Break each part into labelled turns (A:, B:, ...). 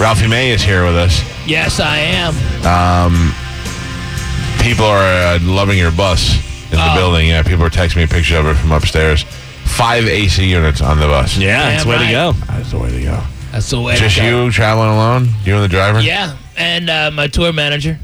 A: Ralphie May is here with us. Um,
B: Yes, I am.
A: People are uh, loving your bus in
B: Oh.
A: the building. Yeah, people are texting me pictures of it from upstairs. Five AC units on the bus.
C: Yeah,
B: Damn
C: that's the way
B: right.
C: to go.
A: That's the way to go.
B: That's the way. to
A: Just
B: go.
A: you traveling alone? You and the driver?
B: Yeah, and uh, my tour manager,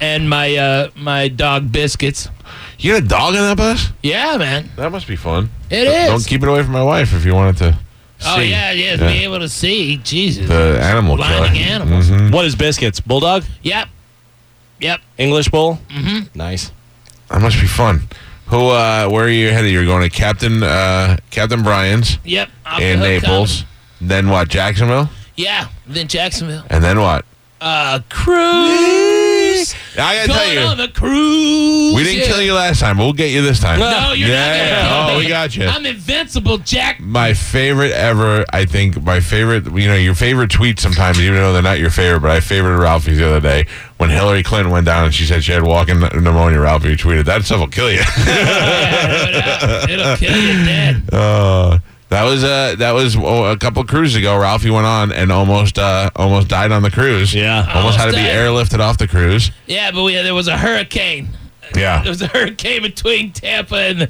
B: and my uh, my dog biscuits.
A: You had a dog in that bus?
B: Yeah, man.
A: That must be fun.
B: It
A: Don't-
B: is.
A: Don't keep it away from my wife if you wanted to.
B: Oh
A: see.
B: yeah, yeah, Be able to see. Jesus.
A: The animal
B: Blinding
A: killer.
B: animals.
A: Mhm.
C: What is biscuits? Bulldog?
B: Yep. Yep.
C: English bull? Mm-hmm. Nice.
A: Mm, That must be fun. Who? Uh, where are you headed? You're going to Captain uh, Captain Bryan's
B: Yep. Off the
A: in
B: hook
A: Naples.
B: comedy.
A: Then what? Jacksonville.
B: Yeah. Then Jacksonville.
A: And then what?
B: Uh, cruise.
A: I gotta
B: Going
A: tell
B: on
A: you,
B: the cruise.
A: we didn't
B: yeah.
A: kill you last time. We'll get you this time.
B: No, you're
A: yeah,
B: not.
A: yeah,
B: gonna
A: yeah.
B: kill
A: Oh,
B: me.
A: we got you.
B: I'm invincible, Jack.
A: my favorite ever, I think my favorite, you know, your favorite tweet sometimes, even though they're not your favorite, but I favorited Ralphie's the other day when Hillary Clinton went down and she said she had walking pneumonia. Ralphie tweeted, that stuff will kill you.
B: Yeah, It'll kill you dead.
A: Uh, that was uh, that was oh, a couple cruises ago. Ralphie went on and almost uh, almost died on the cruise.
C: Yeah.
A: almost had to be
B: Almost died.
A: airlifted off the cruise.
B: Yeah, but we, there was a hurricane. There
A: Yeah,
B: was a hurricane between Tampa and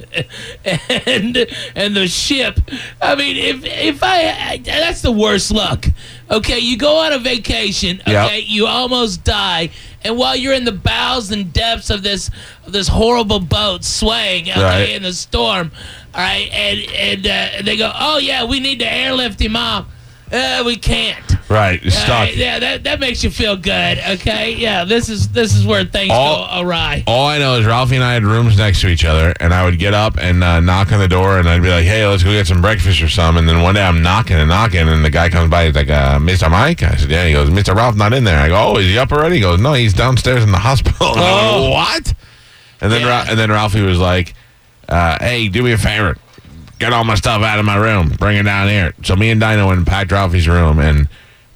B: and and the ship. I mean, if if I, I that's the worst luck. Okay, you go on a vacation.
A: Yep.
B: Okay, you almost die, and while you're in the bowels and depths of this of this horrible boat swaying, okay,
A: Right.
B: in the storm, all right, and and uh, they go, oh yeah, we need to airlift him off. Uh, we can't.
A: right, it's
B: All
A: stuck.
B: right, yeah, that, that makes you feel good. Okay, yeah, this is this is where things
A: All-
B: go awry.
A: All I know is Ralphie and I had rooms next to each other, and I would get up and uh, knock on the door, and I'd be like, "Hey, let's go get some breakfast or something." And then one day I'm knocking and knocking, and the guy comes by. He's like, uh, "Mr. Mike," I said, "Yeah." He goes, "Mr. Ralph not in there." I go, "Oh, is he up already?" He goes, "No, he's downstairs in the hospital." And I went,
C: Oh.
A: what? And then
B: Yeah.
A: Ra- and then Ralphie was like, uh, "Hey, do me a favor, get all my stuff out of my room, bring it down here." So me and Dino went and packed Ralphie's room, and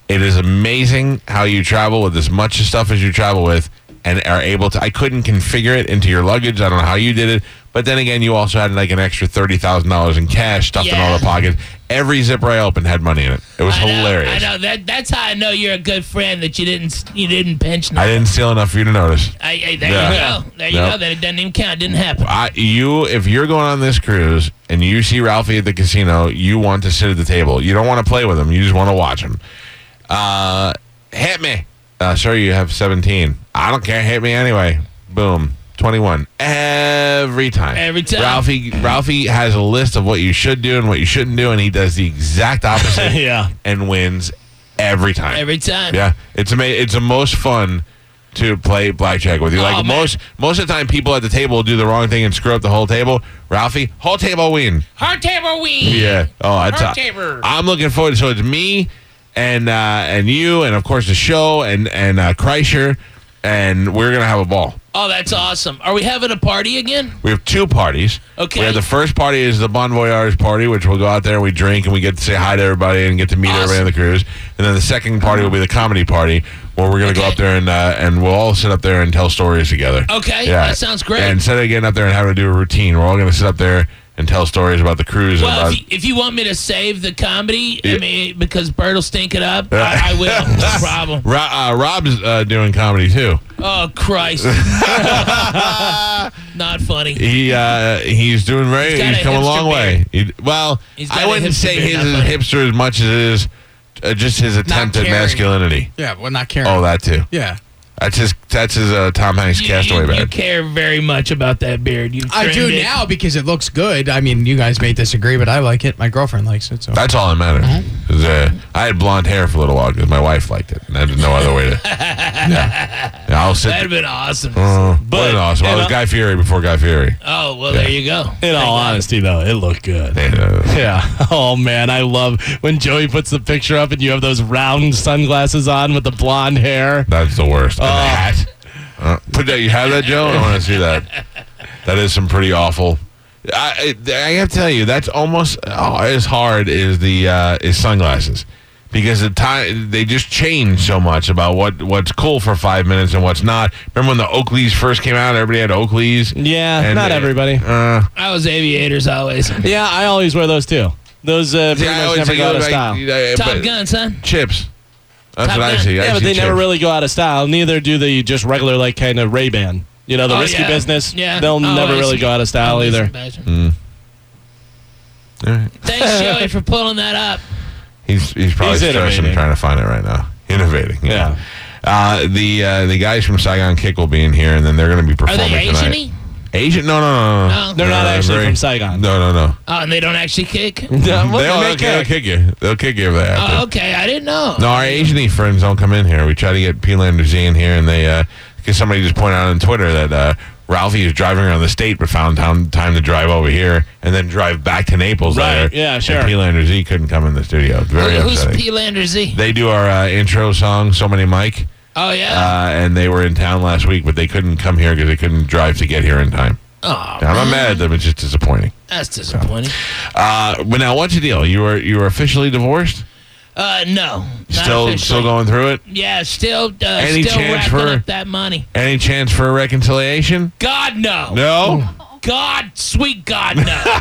A: it is amazing how you travel with as much stuff as you travel with, and are able to. I couldn't configure it into your luggage. I don't know how you did it, but then again, you also had like an extra thirty thousand dollars in cash stuffed in all the
B: Yeah.
A: pockets. Every zipper I opened had money in it. It was
B: I know,
A: hilarious.
B: I know that. That's how I know you're a good friend that you didn't you didn't pinch.
A: I
B: nothing.
A: didn't steal enough for you to notice.
B: I, I, there
A: Yeah.
B: you go. There
A: Yeah.
B: you go. That it doesn't even count. It didn't happen.
A: I, you, if you're going on this cruise and you see Ralphie at the casino, you want to sit at the table. You don't want to play with him. You just want to watch him. Uh, hit me. Uh, sir, you have 17. I don't care. Hit me anyway. Boom. 21. Every time.
B: Every time.
A: Ralphie, Ralphie has a list of what you should do and what you shouldn't do, and he does the exact opposite
C: Yeah.
A: and wins every time.
B: Every time.
A: Yeah, it's ama- It's the most fun to play blackjack with you. Like
B: Oh, man.
A: most most of the time, people at the table do the wrong thing and screw up the whole table. Ralphie, whole table win.
B: Hard table we.
A: Yeah. Oh, it's,
B: Hard table.
A: I'm looking forward. So it's me and uh, and you and of course the show and and uh, Kreischer, and we're gonna have a ball.
B: Oh, that's awesome. Are we having a party again?
A: We have two parties.
B: Okay.
A: We have the first party is the Bon Voyage party, which we'll go out there and we drink and we get to say hi to everybody and get to meet everybody on the cruise. And then the second party will be the comedy party, where we're gonna go
B: Okay.
A: up there and uh, and we'll all sit up there and tell stories together.
B: Okay, that sounds great.
A: And instead of getting up there and having to do a routine, we're all gonna sit up there and tell stories about the cruise. and
B: Well,
A: about,
B: if you, if you want me to save the comedy,
A: Yeah.
B: I mean, because Bert will stink it up, I, I will. No problem.
A: Ro- uh, Rob's uh, doing comedy too.
B: Oh, Christ. Not funny.
A: He uh, he's doing very.
B: He's
A: He's,
B: got a
A: come a
B: hipster
A: long way. He, well,
B: He's got
A: I
B: a
A: wouldn't
B: hipster
A: say
B: beard,
A: his
B: not
A: is
B: funny.
A: hipster as much as it is uh, just his attempt at
D: caring.
A: masculinity.
D: Yeah, well, not caring.
A: Oh, that too.
D: yeah.
A: That's his. That's his uh, Tom Hanks
B: You-
A: Castaway
B: you, you
A: bad.
B: care very much about that beard. You
D: I do
B: trimmed it.
D: now because it looks good. I mean, you guys may disagree, but I like it. My girlfriend likes it. So
A: That's all that
B: Uh-huh.
A: matters. 'Cause, Uh, I had blonde hair for a little while because my wife liked it, and I had no other way to. I'll sit.
B: That'd have been awesome.
A: Uh,
C: But-
A: what an awesome. I
C: and
A: was
C: I-
A: Guy Fury before Guy Fury.
B: oh well, there you go.
C: In all honesty, though, it looked good.
A: And, uh,
C: Yeah. Oh man, I love when Joey puts the picture up and you have those round sunglasses on with the blonde hair.
A: that's the worst.
C: Oh.
A: And the hat. Uh, put that. You have that, Joe? I want to see that. That is some pretty awful. I I I gotta tell you, that's almost oh, as hard as the uh, is sunglasses because the time they just change so much about what what's cool for five minutes and what's not. Remember when the Oakleys first came out? Everybody had Oakleys.
C: Yeah,
A: And
C: not
A: they-
C: everybody.
A: Uh,
B: I was aviators always.
C: Yeah, I always wear those too. Those uh, pretty
A: see, I
C: much
A: always
C: never
A: think
C: go out of
A: like,
C: style. Yeah,
A: uh,
B: Top
A: but-
B: Gun, son.
A: Chips. That's
B: Top
A: what I
B: Gun.
A: see. I
C: but
A: see
C: they never
A: chips.
C: really go out of style. Neither do the just regular like kind of Ray Ban. You know, the
B: Oh,
C: risky
B: yeah.
C: business.
B: Yeah.
C: They'll
B: Oh,
C: never
B: I
C: really
B: see.
C: go out of style
B: Always
C: either.
B: imagine.
A: Hmm. All right.
B: Thanks, Joey, for pulling that up.
A: He's he's probably
C: He's
A: stressing
C: innovating.
A: trying to find it right now. Innovating.
C: Yeah.
A: Uh, the uh, the guys from Saigon Kick will be in here, and then they're going to be
B: Are
A: performing
B: they
A: tonight.
B: Asian-y?
A: Asian? No, no, no, no.
B: No. They're
C: not actually
A: very-
C: from Saigon.
A: No, no, no.
B: Oh, and they don't actually kick.
C: Yeah, well,
A: they will
C: they
A: they'll,
C: make it.
A: kick you. They'll kick you if they have to.
B: Oh, okay, I didn't know.
A: No, our Asian friends don't come in here. We try to get P. Lander Z in here, and they because somebody just pointed out on Twitter that uh, Ralphie is driving around the state, but found time, time to drive over here and then drive back to Naples.
C: Right,
A: later,
C: yeah, sure.
A: And P. Lander Z couldn't come in the studio. It's Very
B: Who's
A: upsetting.
B: P. Lander Z?
A: they do our uh, intro song, "So Many Mike,"
B: Oh yeah.
A: uh, and they were in town last week, but they couldn't come here because they couldn't drive to get here in time.
B: oh,
A: I'm not mad at them; it's just disappointing.
B: that's disappointing.
A: Uh, but now, what's the deal? You were you were officially divorced.
B: Uh, no. not
A: Still,
B: officially.
A: still going through it.
B: Yeah, still, uh,
A: Any
B: still
A: chance
B: racking
A: for-
B: up that money.
A: Any chance for a reconciliation?
B: God no.
A: No.
B: Oh. God, sweet God, no.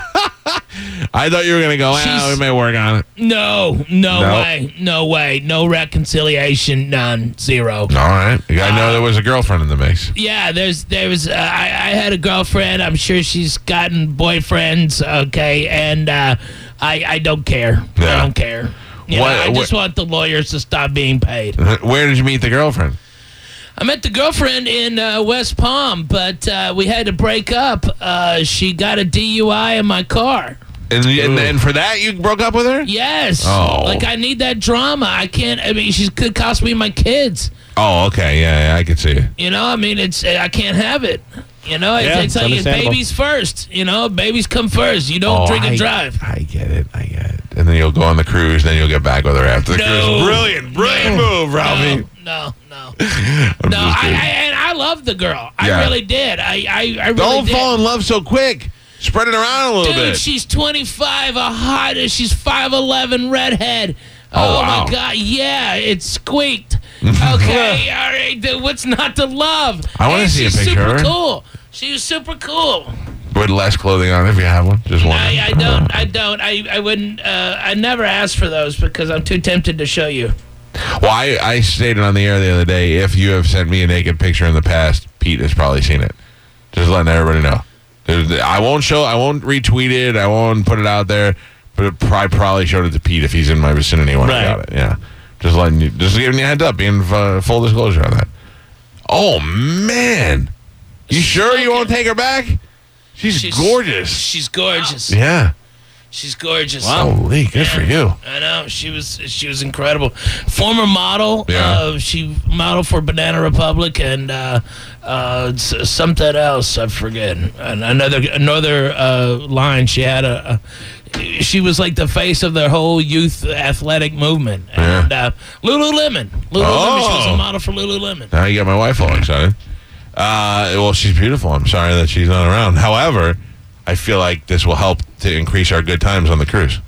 A: I thought you were gonna go. Ah,
B: She's-
A: we may work on it.
B: no, no,
A: No.
B: way, no way, no reconciliation, none, zero.
A: All right.
B: Uh,
A: I know there was a girlfriend in the mix.
B: Yeah, there's there was uh, I, I had a girlfriend. I'm sure she's gotten boyfriends. Okay, and uh, I I don't care.
A: Yeah.
B: I don't care. You know,
A: What-
B: I just
A: what-
B: want the lawyers to stop being paid.
A: Where did you meet the girlfriend?
B: I met the girlfriend in uh, West Palm, but uh, we had to break up. Uh, she got a DUI in my car.
A: And, and and for that you broke up with her?
B: Yes.
A: Oh.
B: Like I need that drama. I can't. I mean, she could cost me my kids.
A: Oh, okay. Yeah, yeah I could see it.
B: You know, I mean, it's I can't have it. You know, it's,
C: Yeah,
B: it's
C: it's
B: like it's
C: understandable.
B: babies first. You know, babies come first. You don't
A: Oh,
B: drink
A: I-
B: and drive.
A: I get it. I get it. And then you'll go on the cruise, then you'll get back with her after the
B: No.
A: cruise. Brilliant, brilliant move, Ralphie.
B: No, no, no,
A: I'm
B: no.
A: just
B: I, I
A: kidding.
B: and I love the girl.
A: Yeah.
B: I really did. I I, I really
A: Don't
B: did.
A: fall in love so quick. Spread it around a little
B: Dude,
A: bit.
B: she's 25, a hot, she's 5'11 redhead.
A: Oh,
B: Oh,
A: wow.
B: my God. Yeah, it squeaked. Okay, all right. dude, what's not to love?
A: I wanna
B: And
A: see a
B: she's
A: picture of her.
B: super cool. She was super cool.
A: With less clothing on, if you have one, just one.
B: I, I don't, I don't, I, I wouldn't, uh, I never asked for those because I'm too tempted to show you.
A: Well, I, I stated on the air the other day if you have sent me a naked picture in the past, Pete has probably seen it. Just letting everybody know. There's- I won't show, I won't retweet it, I won't put it out there, but I probably showed it to Pete if he's in my vicinity when I
C: Right.
A: got it. Yeah, just letting you, just giving you a heads up, being uh, full disclosure on that. Oh man, you sure you won't take her back? She's,
B: She's
A: gorgeous.
B: She's gorgeous.
A: Yeah.
B: She's gorgeous.
A: Holy, good for you.
B: I know she was she was incredible. Former model,
A: Yeah.
B: uh, she modeled for Banana Republic and uh, uh, s- something else I forget. And another another uh, line she had a, a she was like the face of the whole youth athletic movement.
A: Yeah.
B: And uh, Lululemon, Lululemon, she was
A: Oh.
B: a model for Lululemon.
A: Now you got my wife all excited. Uh, well, she's beautiful. I'm sorry that she's not around. However, I feel like this will help to increase our good times on the cruise.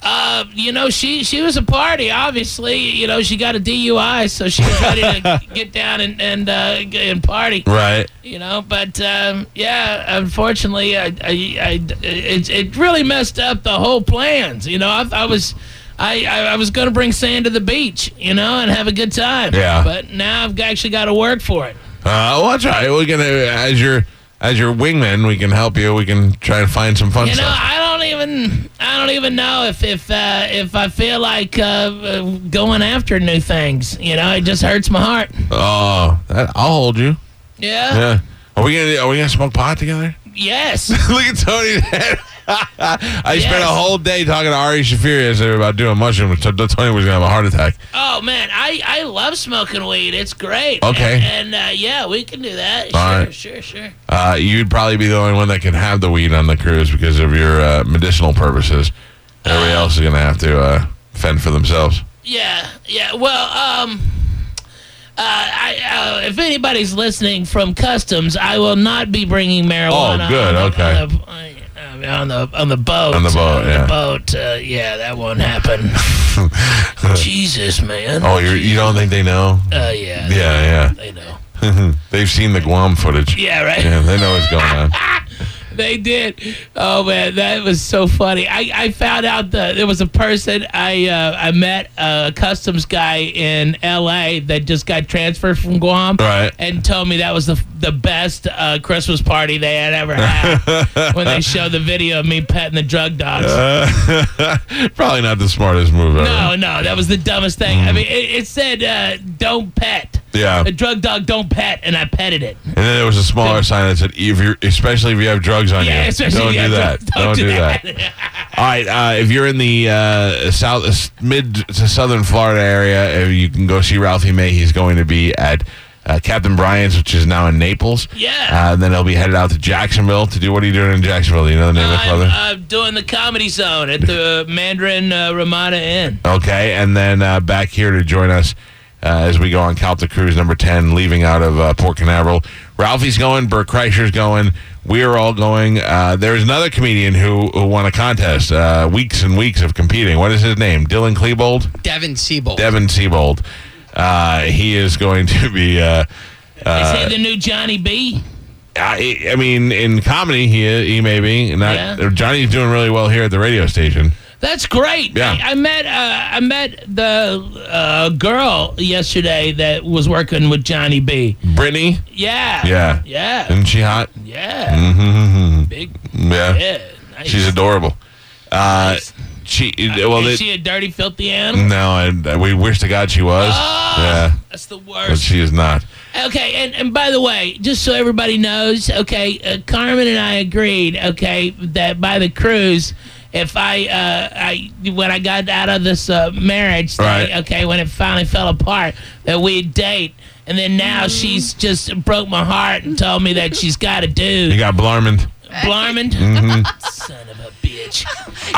B: Uh, you know she she was a party. Obviously, you know she got a DUI, so she was ready to get down and and uh, g- and party.
A: Right.
B: you know. But um, yeah, unfortunately, I, I, I, it, it really messed up the whole plans. You know, I, I was, I, I, I was going to bring sand to the beach, you know, and have a good time.
A: Yeah.
B: But now I've actually got to work for it.
A: Uh, well, that's all right. We're gonna as your as your wingman, we can help you. We can try and find some fun
B: You know,
A: stuff.
B: I don't even, I don't even know if if uh, if I feel like uh, uh, going after new things. You know, it just hurts my heart.
A: Oh, that, I'll hold you.
B: Yeah.
A: Yeah. Are we gonna Are we gonna smoke pot together?
B: Yes.
A: Look at Tony's head. I spent a whole day talking to Ari Shafir yesterday about doing mushrooms. So Tony was gonna have a heart attack.
B: Oh man, I I love smoking weed. It's great.
A: Okay.
B: And, and, uh, yeah, we can do that.
A: All
B: sure,
A: right.
B: sure, sure.
A: Uh, you'd probably be the only one that can have the weed on the cruise because of your uh, medicinal purposes. Everybody else is gonna have to uh, fend for themselves.
B: Yeah, yeah. Well, um, uh, I, uh, if anybody's listening from customs, I will not be bringing marijuana.
A: Oh, good,
B: On the,
A: okay.
B: On the, I mean, on the on the boat.
A: On the boat, yeah.
B: boat, uh, yeah, that won't happen. Jesus, man.
A: Oh, you're, you don't think they know?
B: Uh, yeah.
A: Yeah,
B: They know.
A: yeah. They've seen the Guam footage.
B: Yeah, right.
A: Yeah, they know what's going on.
B: They did. Oh man, that was so funny. I, I found out that there was a person I uh, I met a customs guy in L.A. that just got transferred from Guam,
A: Right.
B: And told me that was the the best uh, Christmas party they had ever had when they showed the video of me petting the drug dogs.
A: Uh, probably not the smartest move ever.
B: no, no, that was the dumbest thing. I mean, it, it said uh, don't pet.
A: Yeah.
B: A drug dog don't pet, and I petted it.
A: And then there was a smaller sign that said, if you're, especially if you have drugs on
B: Yeah,
A: you,
B: especially
A: don't,
B: yeah,
A: do that.
B: Don't, do that.
A: All right, uh, if you're in the uh, south, mid to southern Florida area, uh, you can go see Ralphie May. He's going to be at uh, Captain Bryant's, which is now in Naples.
B: Yeah.
A: Uh, and then he'll be headed out to Jacksonville to do what are you doing in Jacksonville? Do you know the name of the club? there?
B: I'm uh, doing the comedy zone at the Mandarin uh, Ramada Inn.
A: Okay, and then uh, back here to join us uh, as we go on Calta Cruise number 10, leaving out of uh, Port Canaveral. Ralphie's going, Burke Kreischer's going, we're all going. Uh, there's another comedian who, who won a contest, uh, weeks and weeks of competing. What is his name? Dylan Klebold?
D: Devin Siebel.
A: Devin Siebold. Uh, he is going to be. Uh,
B: Is he the new Johnny B?
A: I, I mean, in comedy, he he may be. Not,
B: Yeah.
A: Johnny's doing really well here at the radio station.
B: That's great.
A: Yeah.
B: I, I met uh, I met the uh, girl yesterday that was working with Johnny B.
A: Brittany,
B: Yeah.
A: Yeah.
B: Yeah.
A: isn't she hot?
B: Yeah. Big.
A: Yeah,
B: Yeah. Nice.
A: she's adorable. Uh, she well,
B: Uh, Is
A: it,
B: she a Oh. dirty, filthy animal? Ah,
A: no, and we wish to God she was. Mm. yeah,
B: That's the
A: but
B: worst.
A: she is not.
B: Okay, and, and by the way, just so everybody knows, okay, uh, Carmen and I agreed, okay, that by the cruise, if I, uh, I when I got out of this uh, marriage, thing,
A: Right.
B: okay, when it finally fell apart, that we'd date, and then now she's just broke my heart and told me that she's got a
A: You
B: dude,
A: got Mm-hmm. Blarman.
B: Blarman, son of a bitch.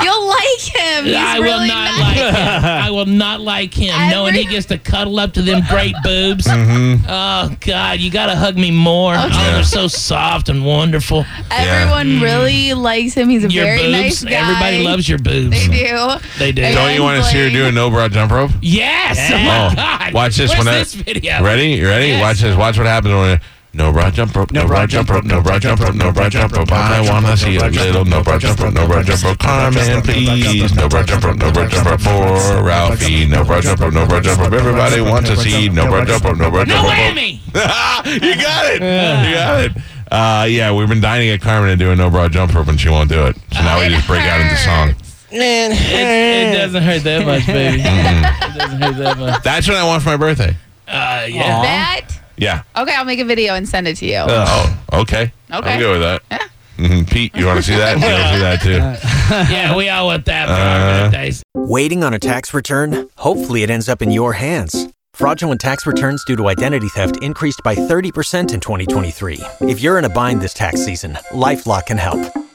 E: You'll like him. He's
B: I
E: really
B: will not
E: nice.
B: like him. I will not like him, knowing he
E: Every-
B: gets to cuddle up to them great boobs.
A: Mm-hmm.
B: Oh God, you gotta hug me more. Oh, they're so soft and wonderful.
E: Everyone really likes him. He's a
B: Mm. Your
E: very nice
B: boobs,
E: guy.
B: everybody loves your boobs.
E: They do.
B: They do.
E: They
A: Don't you want to see her do a no bra jump rope?
B: Yes. Oh
A: Oh,
B: my God.
A: watch this
B: Where's
A: when I-
B: this video?
A: Ready? You ready?
B: Yes.
A: Watch this. Watch what happens when. I- No bra jump rope, no bra jump rope, no bra jump rope, no bra jump rope. I wanna see a little no bra jump rope, no bra jump rope. Carmen, please. No bra jump rope, no bra jump rope for Ralphie. No bra jump rope, no bra jump rope. Everybody wants to see no bra jump rope, no bra
B: No
A: jump rope.
B: whammy.
A: you got it. You got it. Uh, yeah, we've been dining at Carmen to do a no bra jump rope, and she won't do it. So now we just break out into song.
B: It doesn't hurt that much, baby. it doesn't hurt that much.
A: That's what I want for my birthday.
B: Uh, yeah.
E: That.
A: Yeah.
E: Okay, I'll make a video and send it to you.
A: Oh, okay.
E: Okay.
A: I'm good with that. Mhm. Pete, you want to see that? You want to see that too?
E: Oh.
B: Yeah, we all want that for
A: Uh-huh.
B: our birthdays.
F: Waiting on a tax return? Hopefully, it ends up in your hands. Fraudulent tax returns due to identity theft increased by 30% in 2023. If you're in a bind this tax season, LifeLock can help.